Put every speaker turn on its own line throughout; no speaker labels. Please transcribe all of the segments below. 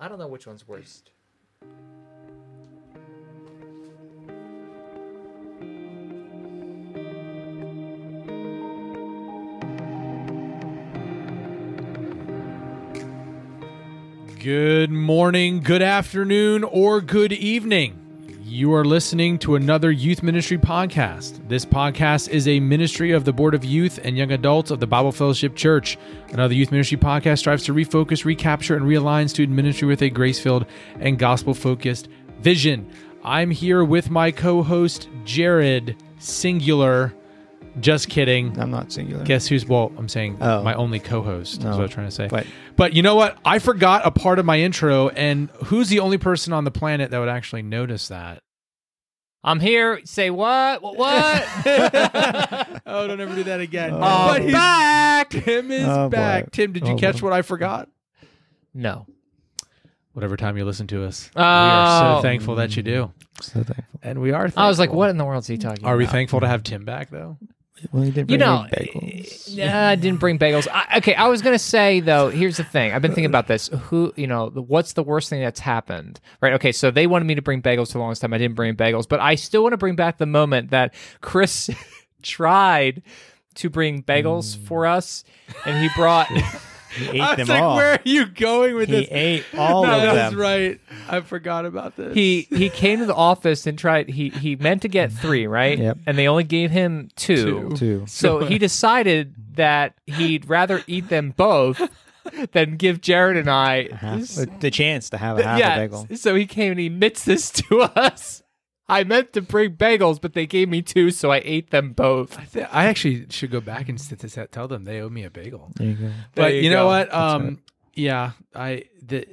I don't know which one's worst.
Good morning, good afternoon, or good evening. You are listening to another youth ministry podcast. This podcast is a ministry of the Board of Youth and Young Adults of the Bible Fellowship Church. Another youth ministry podcast strives to refocus, recapture, and realign student ministry with a grace filled and gospel focused vision. I'm here with my co host, Jared Singular. Just kidding.
I'm not singular.
Guess who's well? I'm saying
Oh.
my only co-host. That's
Oh.
what I'm trying to say.
But-
but you know what? I forgot a part of my intro, and who's the only person on the planet that would actually notice that?
I'm here. Say what? What? Um, what?
Oh, don't ever do that again.
I'm
back. Tim is
Oh, boy.
back. Tim, did you
Oh,
catch
boy.
what I forgot?
no.
Whatever time you listen to us, we are
Oh.
so thankful that you do,
So thankful.
and we are. Thankful.
I was like, what in the world is he talking
Are we
about?
thankful to have Tim back though?
Well, you didn't
You
bring
know,
any bagels.
Nah, I didn't bring bagels. I, okay, I was gonna say though. Here's the thing. I've been thinking about this. Who, you know, the, what's the worst thing that's happened? Right. Okay. So they wanted me to bring bagels for the longest time. I didn't bring bagels, but I still want to bring back the moment that Chris tried to bring bagels for us, and he brought.
He
I
ate
was
them
like,
all.
where are you going with
he
this?
ate all
no,
of
that's
them.
right. I forgot about this.
he he came to the office and tried. He he meant to get three, right?
Yep.
And they only gave him
Two.
Two.
So he decided that he'd rather eat them both than give Jared and I.
Half- the chance to have a half
yeah.
a bagel.
So he came and he admits this to us. I meant to bring bagels, but they gave me two, so I ate them both.
I, thi- I actually should go back and sit this out, tell them they owe me a bagel.
There you go.
but you,
you
know
go.
what? Um, yeah, I the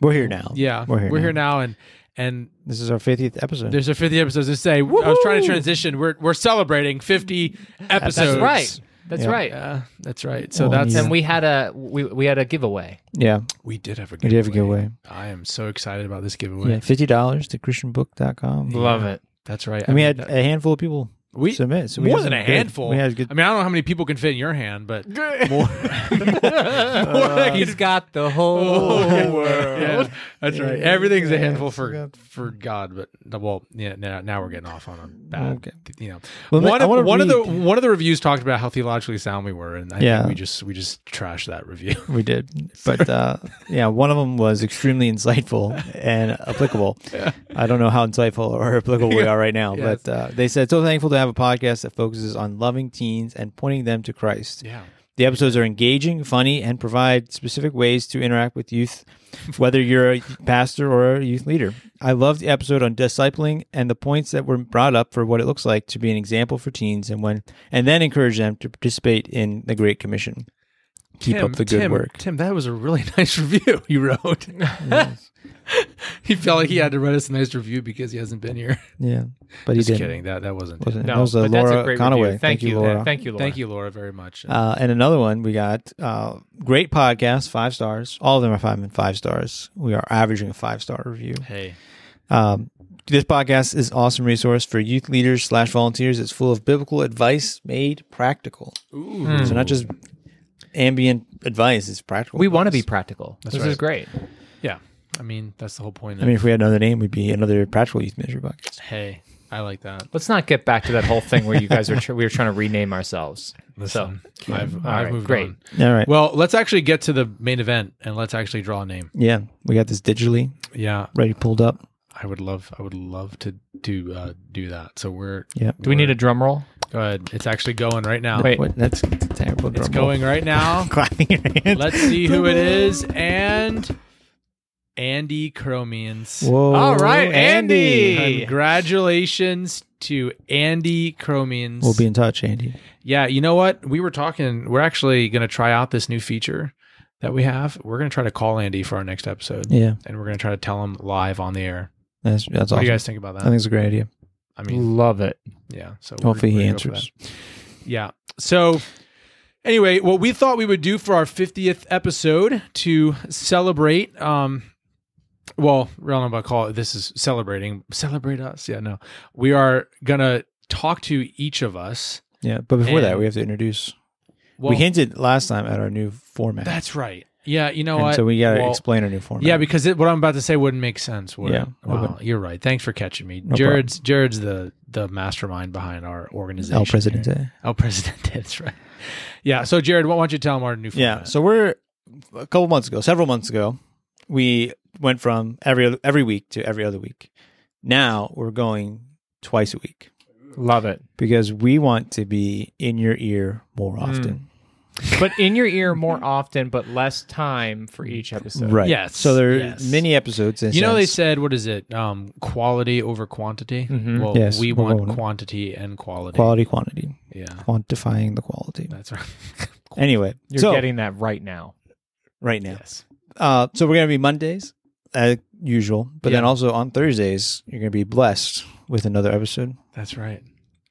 We're here now.
yeah
We're here. now.
and and
This is our 50th episode.
there's a 50 episodes to say. I was trying to transition. We're we're celebrating 50 episodes.
That's right. That's
Yeah.
right.
Yeah, that's right. So
Well,
that's
And we had a we, we had a giveaway.
yeah.
we did have a giveaway.
We did have a giveaway.
I am so excited about this giveaway.
Yeah. $50 to christianbook.com.
Love it.
That's right.
And we had
that-
a handful of people
we
submit. So we
more
had
than
some
a
good-
handful.
We had good.
I mean, I don't know how many people can fit in your hand, but more. more than
He's got the whole
Oh,
world.
Yeah, that's right. Everything's a handful for
forgot.
for God, but the- well, yeah. Now, now we're getting off on a bad,
Okay.
you know.
Well,
one
I
of,
wanna
one of the
read.
one of the reviews talked about how theologically sound we were, and I
Yeah.
think we just we just trashed that review.
we did. But uh, yeah, one of them was extremely insightful and applicable. I don't know how insightful or applicable we are right now,
Yes.
but uh, they said, so thankful to have a podcast that focuses on loving teens and pointing them to Christ.
yeah,
The episodes are engaging, funny, and provide specific ways to interact with youth, whether you're a pastor or a youth leader. I loved the episode on discipling and the points that were brought up for what it looks like to be an example for teens and when and then encourage them to participate in the Great Commission. Keep
Tim,
up the good
Tim,
work.
Tim. That was a really nice review you wrote. he felt like he had to write us a nice review because he hasn't been here.
Yeah. But he
Just
didn't.
kidding. That that wasn't. it.
Wasn't,
No,
that was uh,
but that's a
Laura
great
Conaway.
review. Thank, you,
Laura.
Thank you, Laura.
Thank you, Laura, very much.
Uh, and another one we got uh, great podcast, five stars. All of them are five and five stars. We are averaging a five star review.
hey,
Um, this podcast is an awesome resource for youth leaders slash volunteers. It's full of biblical advice made practical.
ooh,
So not just ambient advice; it's practical.
Mm. We want to be
advice.
practical. this
right.
is great.
yeah. I mean, that's the whole point.
I
Of,
mean, if we had another name, we'd be another practical youth ministry podcast.
hey, I like that.
Let's not get back to that whole thing where you guys are tr- we were trying to rename ourselves.
Listen, I've,
All
I've
right,
moved
great.
on.
All right.
Well, let's actually get to the main event and let's actually draw a name.
yeah, we got this digitally
Yeah,
ready, pulled up.
I would love, I would love to do uh, do that. So we're
Yeah.
Do we need a drum roll?
go ahead. It's actually going right now.
Wait.
What? That's terrible.
it's
drum roll.
going right now.
Clapping your hands.
let's see who it is and Andy Cromians.
Whoa!
All right, Andy.
Congratulations to Andy Cromians.
We'll be in touch, Andy.
Yeah, you know what? We were talking. We're actually going to try out this new feature that we have. We're going to try to call Andy for our next episode,
Yeah,
and we're going to try to tell him live on the air.
that's that's
What
awesome.
do you guys think about
I
that?
think it's a great idea.
I mean,
Love it.
yeah. So we're-
Hopefully,
we're
he
gonna go for
answers.
that. Yeah. So anyway, what we thought we would do for our 50th episode to celebrate, um, well, I don't know about call it. This is celebrating. Celebrate us. Yeah, no. We are going to talk to each of us.
Yeah, but before that,
And-
we have to introduce.
Well,
we hinted last time at our new format.
That's right. Yeah, you know
and
what?
so we got to
Well,
explain our new format.
Yeah, because it, what I'm about to say wouldn't make sense. Would
Yeah,
yeah,
it
wow,
wouldn't.
you're right. Thanks for catching me.
problem.
Jared's Jared's the the mastermind behind our organization.
El Presidente.
here. El Presidente. That's right. Yeah. So Jared, why don't you tell them our new
Yeah.
format?
So we're a couple months ago, several months ago, we went from every other, every week to every other week. Now we're going twice a week
Love it.
because we want to be in your ear more
Hmm.
often.
But in your ear more often, but less time for each episode.
Right.
Yes,
So there are
yes.
many episodes. In a
you know they
sense.
said what is it? Um, quality over quantity.
Mhm.
Well,
Mm-hmm. Yes,
we
we're
want
going-
quantity and quality.
quality, quantity,
Yeah,
quantifying the quality.
that's right.
Anyway,
You're
so
getting that right now.
right now.
yes.
Uh, so we're gonna be Mondays as usual, but then
Yeah.
also on Thursdays you're gonna be blessed with another episode.
That's right.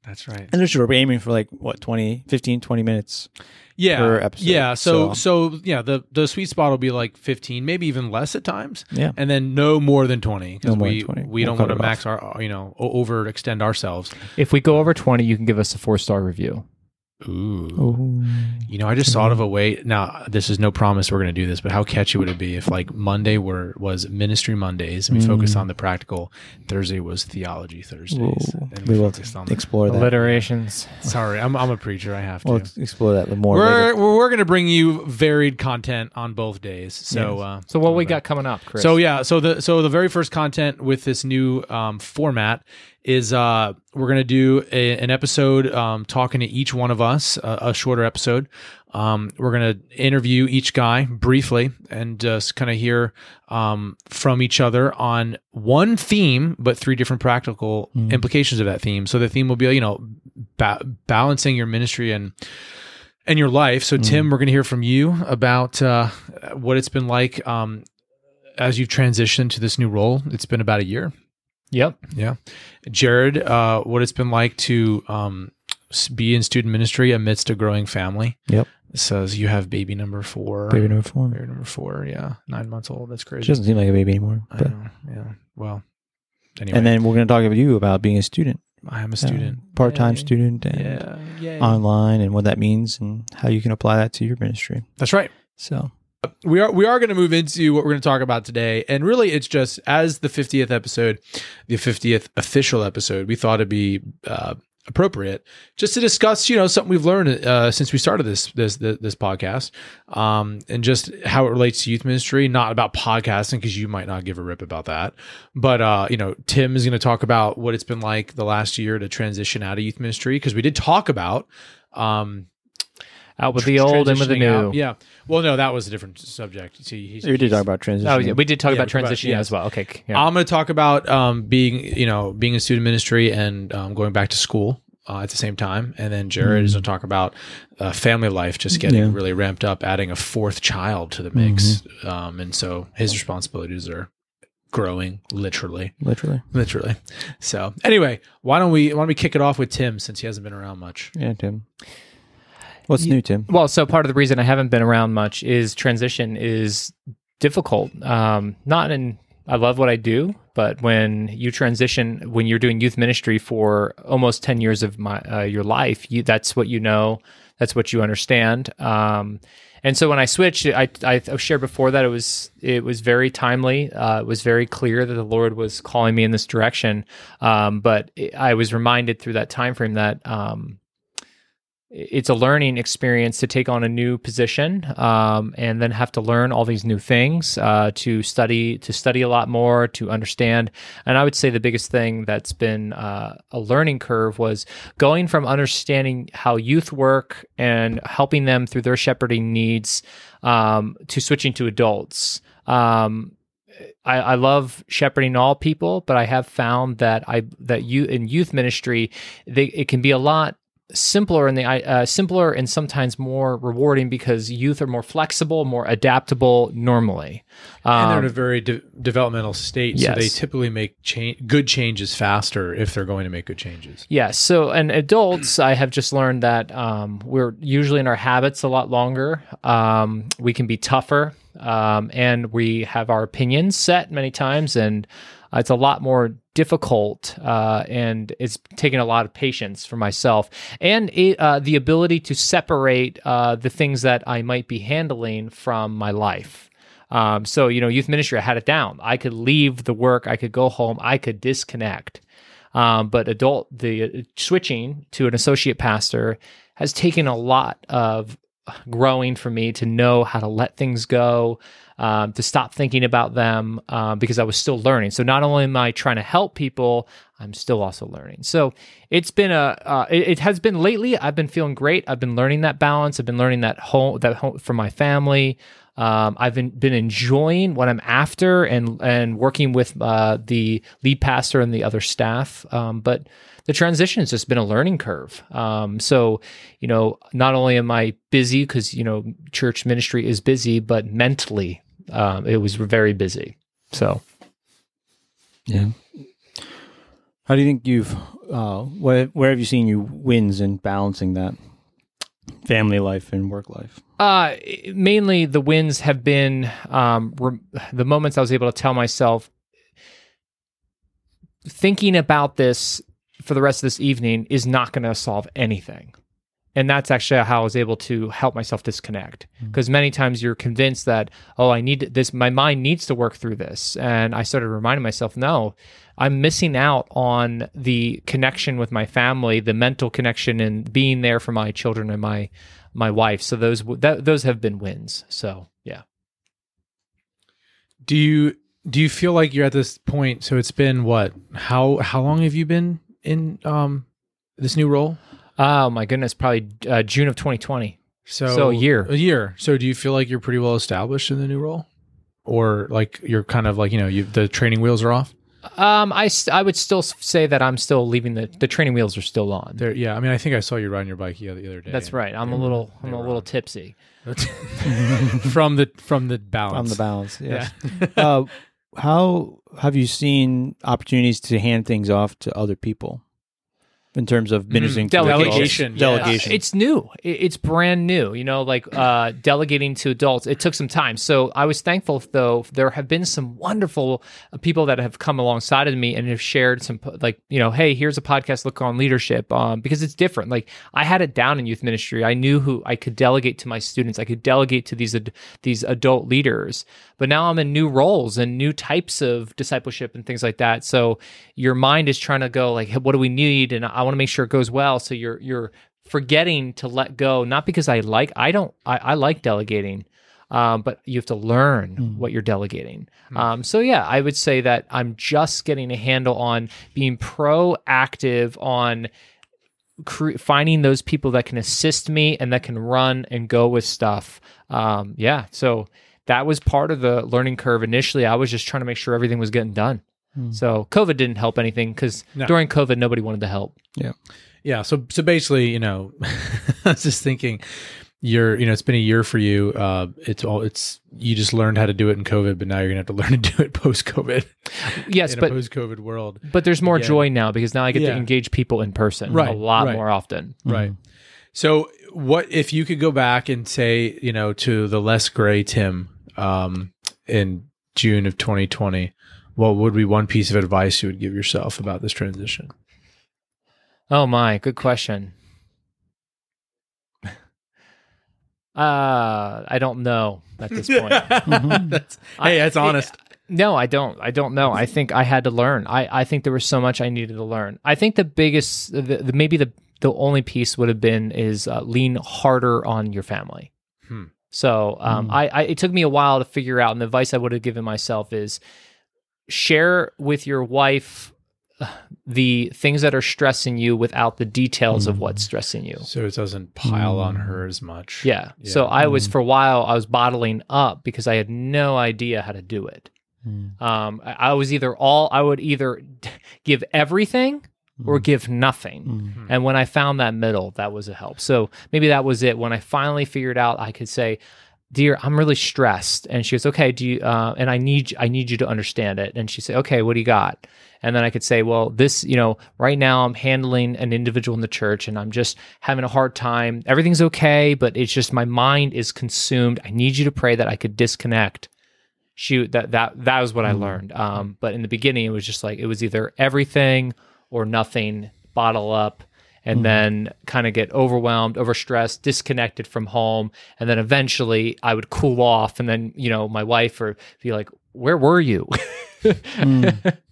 That's right.
And they're sure we're aiming for like what 20, 15, 20 minutes
Yeah.
per episode,
Yeah. So, so yeah, the the sweet spot will be like 15, maybe even less at times.
Yeah.
And then no more than 20
No
because
more than
we
20.
we
We'll
don't
cut
want to
it off.
max our uh, you know o- overextend ourselves.
If we go over 20, you can give us a four star review.
Ooh.
Oh.
You know, I just thought of a way. Now, this is no promise we're going to do this, but how catchy would it be if like Monday were was Ministry Mondays and we focused
Mm.
on the practical, Thursday was Theology Thursdays, and
we
we,
will
focused on that.
explore that.
Alliterations.
Sorry, I'm I'm a preacher. I have to.
We'll ex- explore that more.
we're
later.
we're going to bring you varied content on both days. So, uh,
So what we got coming up, Chris?
So yeah, so the so the very first content with this new um, format is uh, we're gonna do a, an episode um, talking to each one of us, a, a shorter episode. Um, we're gonna interview each guy briefly and just kind of hear um, from each other on one theme, but three different practical
Mm-hmm.
implications of that theme. So the theme will be you know ba- balancing your ministry and and your life. So
Mm-hmm.
Tim, we're gonna hear from you about uh, what it's been like um, as you've transitioned to this new role, it's been about a year.
Yep.
Yeah. Jared, uh, what it's been like to um, s- be in student ministry amidst a growing family.
Yep.
Says you have baby number four.
baby number four.
Baby number four. Yeah. Nine months old. That's crazy.
She doesn't seem like a baby anymore.
I
but-
know, yeah. Well, anyway,
and then we're going to talk about you about being a student,
I am a student.
part time
Yay.
student, and
Yeah. Yay.
online, and what that means, and how you can apply that to your ministry.
That's right.
So
we are we are going to move into what we're going to talk about today and really it's just as the 50th episode the 50th official episode we thought it'd be uh, appropriate just to discuss you know something we've learned uh, since we started this this this, this podcast um, and just how it relates to youth ministry not about podcasting because you might not give a rip about that but uh, you know tim is going to talk about what it's been like the last year to transition out of youth ministry because we did talk about um,
Out with the old and with the
transitioning
new.
out. Yeah. Well, no, that was a different subject. See, he's,
we did talk about transition.
Oh yeah, we did talk
Yeah,
about
we- but-
transitioning
yes.
as well. Okay. c- Yeah.
I'm going to talk about um, being, you know, being in student ministry and um, going back to school uh, at the same time. And then Jared is going to talk about uh, family life, just getting
Yeah. Mm-hmm.
really ramped up, adding a fourth child to the mix. Um, and so his responsibilities are growing literally,
literally.
literally. So anyway, why don't we, why don't we kick it off with Tim since he hasn't been around much?
Yeah, Tim. What's new, Tim?
Well, so part of the reason I haven't been around much is transition is difficult. Um, not in I love what I do, but when you transition, when you're doing youth ministry for almost ten years of my uh, your life, you, that's what you know, that's what you understand. Um, and so when I switched, I, I shared before that it was it was very timely. Uh, it was very clear that the Lord was calling me in this direction. Um, but it, I was reminded through that time frame that um, it's a learning experience to take on a new position um, and then have to learn all these new things uh, to study to study a lot more to understand and i would say the biggest thing that's been uh, a learning curve was going from understanding how youth work and helping them through their shepherding needs um, to switching to adults um, I, I love shepherding all people, but I have found that I that you in youth ministry, they, it can be a lot simpler and the uh, simpler and sometimes more rewarding because youth are more flexible, more adaptable normally.
and they're in
Um,
a very de- developmental state, so they
Yes.
typically make cha- good changes faster if they're going to make good changes.
yeah. So, and adults, I have just learned that um, we're usually in our habits a lot longer. Um, we can be tougher, um, and we have our opinions set many times, and uh, it's a lot more difficult uh, and it's taken a lot of patience for myself and it, uh, the ability to separate uh, the things that I might be handling from my life. Um, so, you know, youth ministry, I had it down. I could leave the work, I could go home, I could disconnect. Um, but adult, the uh, switching to an associate pastor has taken a lot of growing for me to know how to let things go, um, to stop thinking about them um, because I was still learning. So not only am I trying to help people, I'm still also learning. So it's been a uh, it, it has been lately. I've been feeling great. I've been learning that balance. I've been learning that home that home from my family. Um, I've been, been enjoying what I'm after and and working with uh, the lead pastor and the other staff. Um, but the transition has just been a learning curve. Um, so, you know, not only am I busy because you know church ministry is busy, but mentally um, it was very busy. So
Yeah. How do you think you've uh, where where have you seen you wins in balancing that family life and work life?
Uh, mainly the wins have been um, re- the moments I was able to tell myself thinking about this for the rest of this evening is not going to solve anything. And that's actually how I was able to help myself disconnect. Because many times you're convinced that, oh, I need this, my mind needs to work through this. And I started reminding myself, no, I'm missing out on the connection with my family, the mental connection, and being there for my children and my my wife. So those that, those have been wins. So yeah,
Do you do you feel like you're at this point? So it's been what? How how long have you been in um this new role?
oh my goodness, probably uh, June of 2020.
So,
So a year.
A year. So do you feel like you're pretty well established in the new role? Or like you're kind of like, you know, you the training wheels are off?
Um, I st- I would still s- say that I'm still leaving the the training wheels are still on.
There yeah, I mean I think I saw you riding your bike the other, the other day.
That's right. I'm a little I'm a little tipsy.
from the from the balance.
On the balance, yes. uh, how have you seen opportunities to hand things off to other people in terms of ministering to adults?
delegation, yeah.
Delegation.
Uh, it's new. I- It's brand new. You know, like uh, delegating to adults. It took some time. So I was thankful, though. There have been some wonderful uh, people that have come alongside of me and have shared some, po- like you know, hey, here's a podcast. Look on leadership, um, because it's different. Like I had it down in youth ministry. I knew who I could delegate to my students. I could delegate to these ad- these adult leaders. But now I'm in new roles and new types of discipleship and things like that. So your mind is trying to go like, hey, what do we need? And I want to make sure it goes well. So you're you're forgetting to let go not because i like i don't i, I like delegating um, but you have to learn what you're delegating um, so yeah i would say that i'm just getting a handle on being proactive on cre- finding those people that can assist me and that can run and go with stuff um, yeah so that was part of the learning curve initially i was just trying to make sure everything was getting done so covid didn't help anything because
No.
during covid nobody wanted to help
Yeah. So so basically, you know, I was just thinking you're you know, it's been a year for you. Uh it's all it's you just learned how to do it in COVID, but now you're gonna have to learn to do it post COVID.
yes
in
but
a post COVID world.
But there's more
Yeah.
joy now because now I get
Yeah.
to engage people in person a
Right,
lot
right.
more often.
Right. So what if you could go back and say, you know, to the less gray Tim um in June of twenty twenty, what would be one piece of advice you would give yourself about this transition?
Oh my, good question. Uh, I don't know at this point. Mm-hmm.
that's, hey, that's honest.
No, I don't. I don't know. I think I had to learn. I, I think there was so much I needed to learn. I think the biggest, the, the, maybe the the only piece would have been is uh, lean harder on your family.
Hmm.
So um, I, I it took me a while to figure out, and the advice I would have given myself is share with your wife uh, the things that are stressing you without the details of what's stressing you. Mm-hmm.
So it doesn't pile on her as much.
Yeah. So I was for a while I was bottling up because I had no idea how to do it.
Mm.
Um, I, I was either all I would either give everything or give nothing.
Mm.
And when I found that middle, that was a help. So maybe that was it. When I finally figured out, I could say, "Dear, I'm really stressed." And she goes, "Okay, do you?" Uh, and I need I need you to understand it. And she said, "Okay, what do you got?" And then I could say, "Well, this, you know, right now I'm handling an individual in the church, and I'm just having a hard time. Everything's okay, but it's just my mind is consumed. I need you to pray that I could disconnect." shoot that that that was what
Mm-hmm.
I learned. Um, but in the beginning, it was just like it was either everything or nothing. Bottle up.
Mm-hmm.
And then kind of get overwhelmed, overstressed, disconnected from home, and then eventually I would cool off, and then you know my wife or be like, "Where were you?"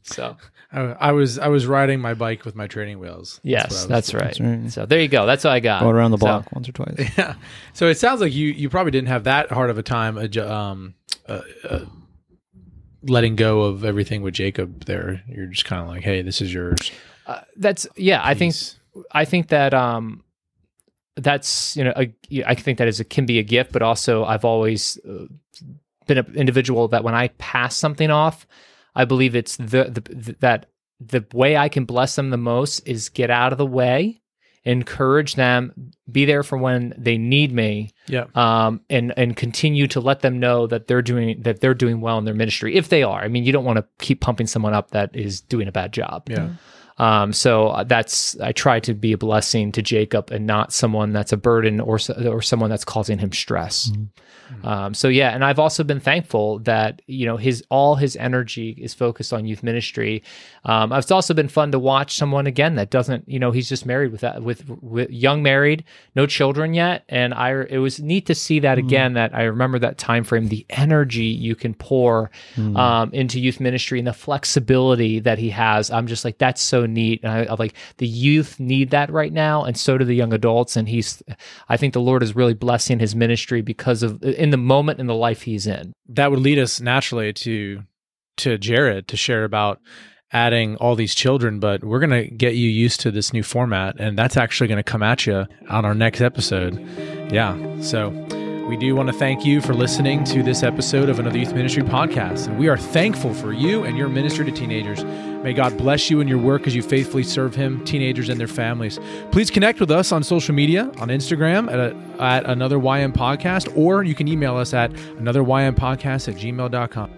so
Mm. I, I was I was riding my bike with my training wheels.
Yes,
what I was
that's, right.
That's right.
So there you go. That's all I got.
Go around the
So-
block once or twice.
Yeah. So it sounds like you you probably didn't have that hard of a time adju- um, uh, uh, letting go of everything with Jacob. There, you're just kind of like, hey, this is yours.
uh, that's yeah. I think
Peace.
I think that um, that's you know a, I think that is a can be a gift, but also I've always uh, been an individual that when I pass something off, I believe it's the, the, the that the way I can bless them the most is get out of the way, encourage them, be there for when they need me,
Yeah.
um, and and continue to let them know that they're doing that they're doing well in their ministry if they are. I mean, you don't want to keep pumping someone up that is doing a bad job.
Yeah.
Um, so uh, that's I try to be a blessing to Jacob and not someone that's a burden or so- or someone that's causing him stress. Um, so yeah, and I've also been thankful that you know his all his energy is focused on youth ministry. Um, it's also been fun to watch someone again that doesn't you know he's just married with that with, with young married, no children yet, and I it was neat to see that again. That I remember that time frame, the energy you can pour um, into youth ministry and the flexibility that he has. I'm just like that's so neat, and I, I'm like the youth need that right now, and so do the young adults. And he's, I think the Lord is really blessing his ministry because of in the moment in the life he's in.
that would lead us naturally to to Jared to share about adding all these children, but we're gonna get you used to this new format, and that's actually gonna come at you on our next episode. Yeah, so we do want to thank you for listening to this episode of another Youth Ministry podcast, and we are thankful for you and your ministry to teenagers. May God bless you in your work as you faithfully serve Him, teenagers, and their families. Please connect with us on social media, on Instagram at, at another YM podcast, or you can email us at another YM podcast at gmail.com.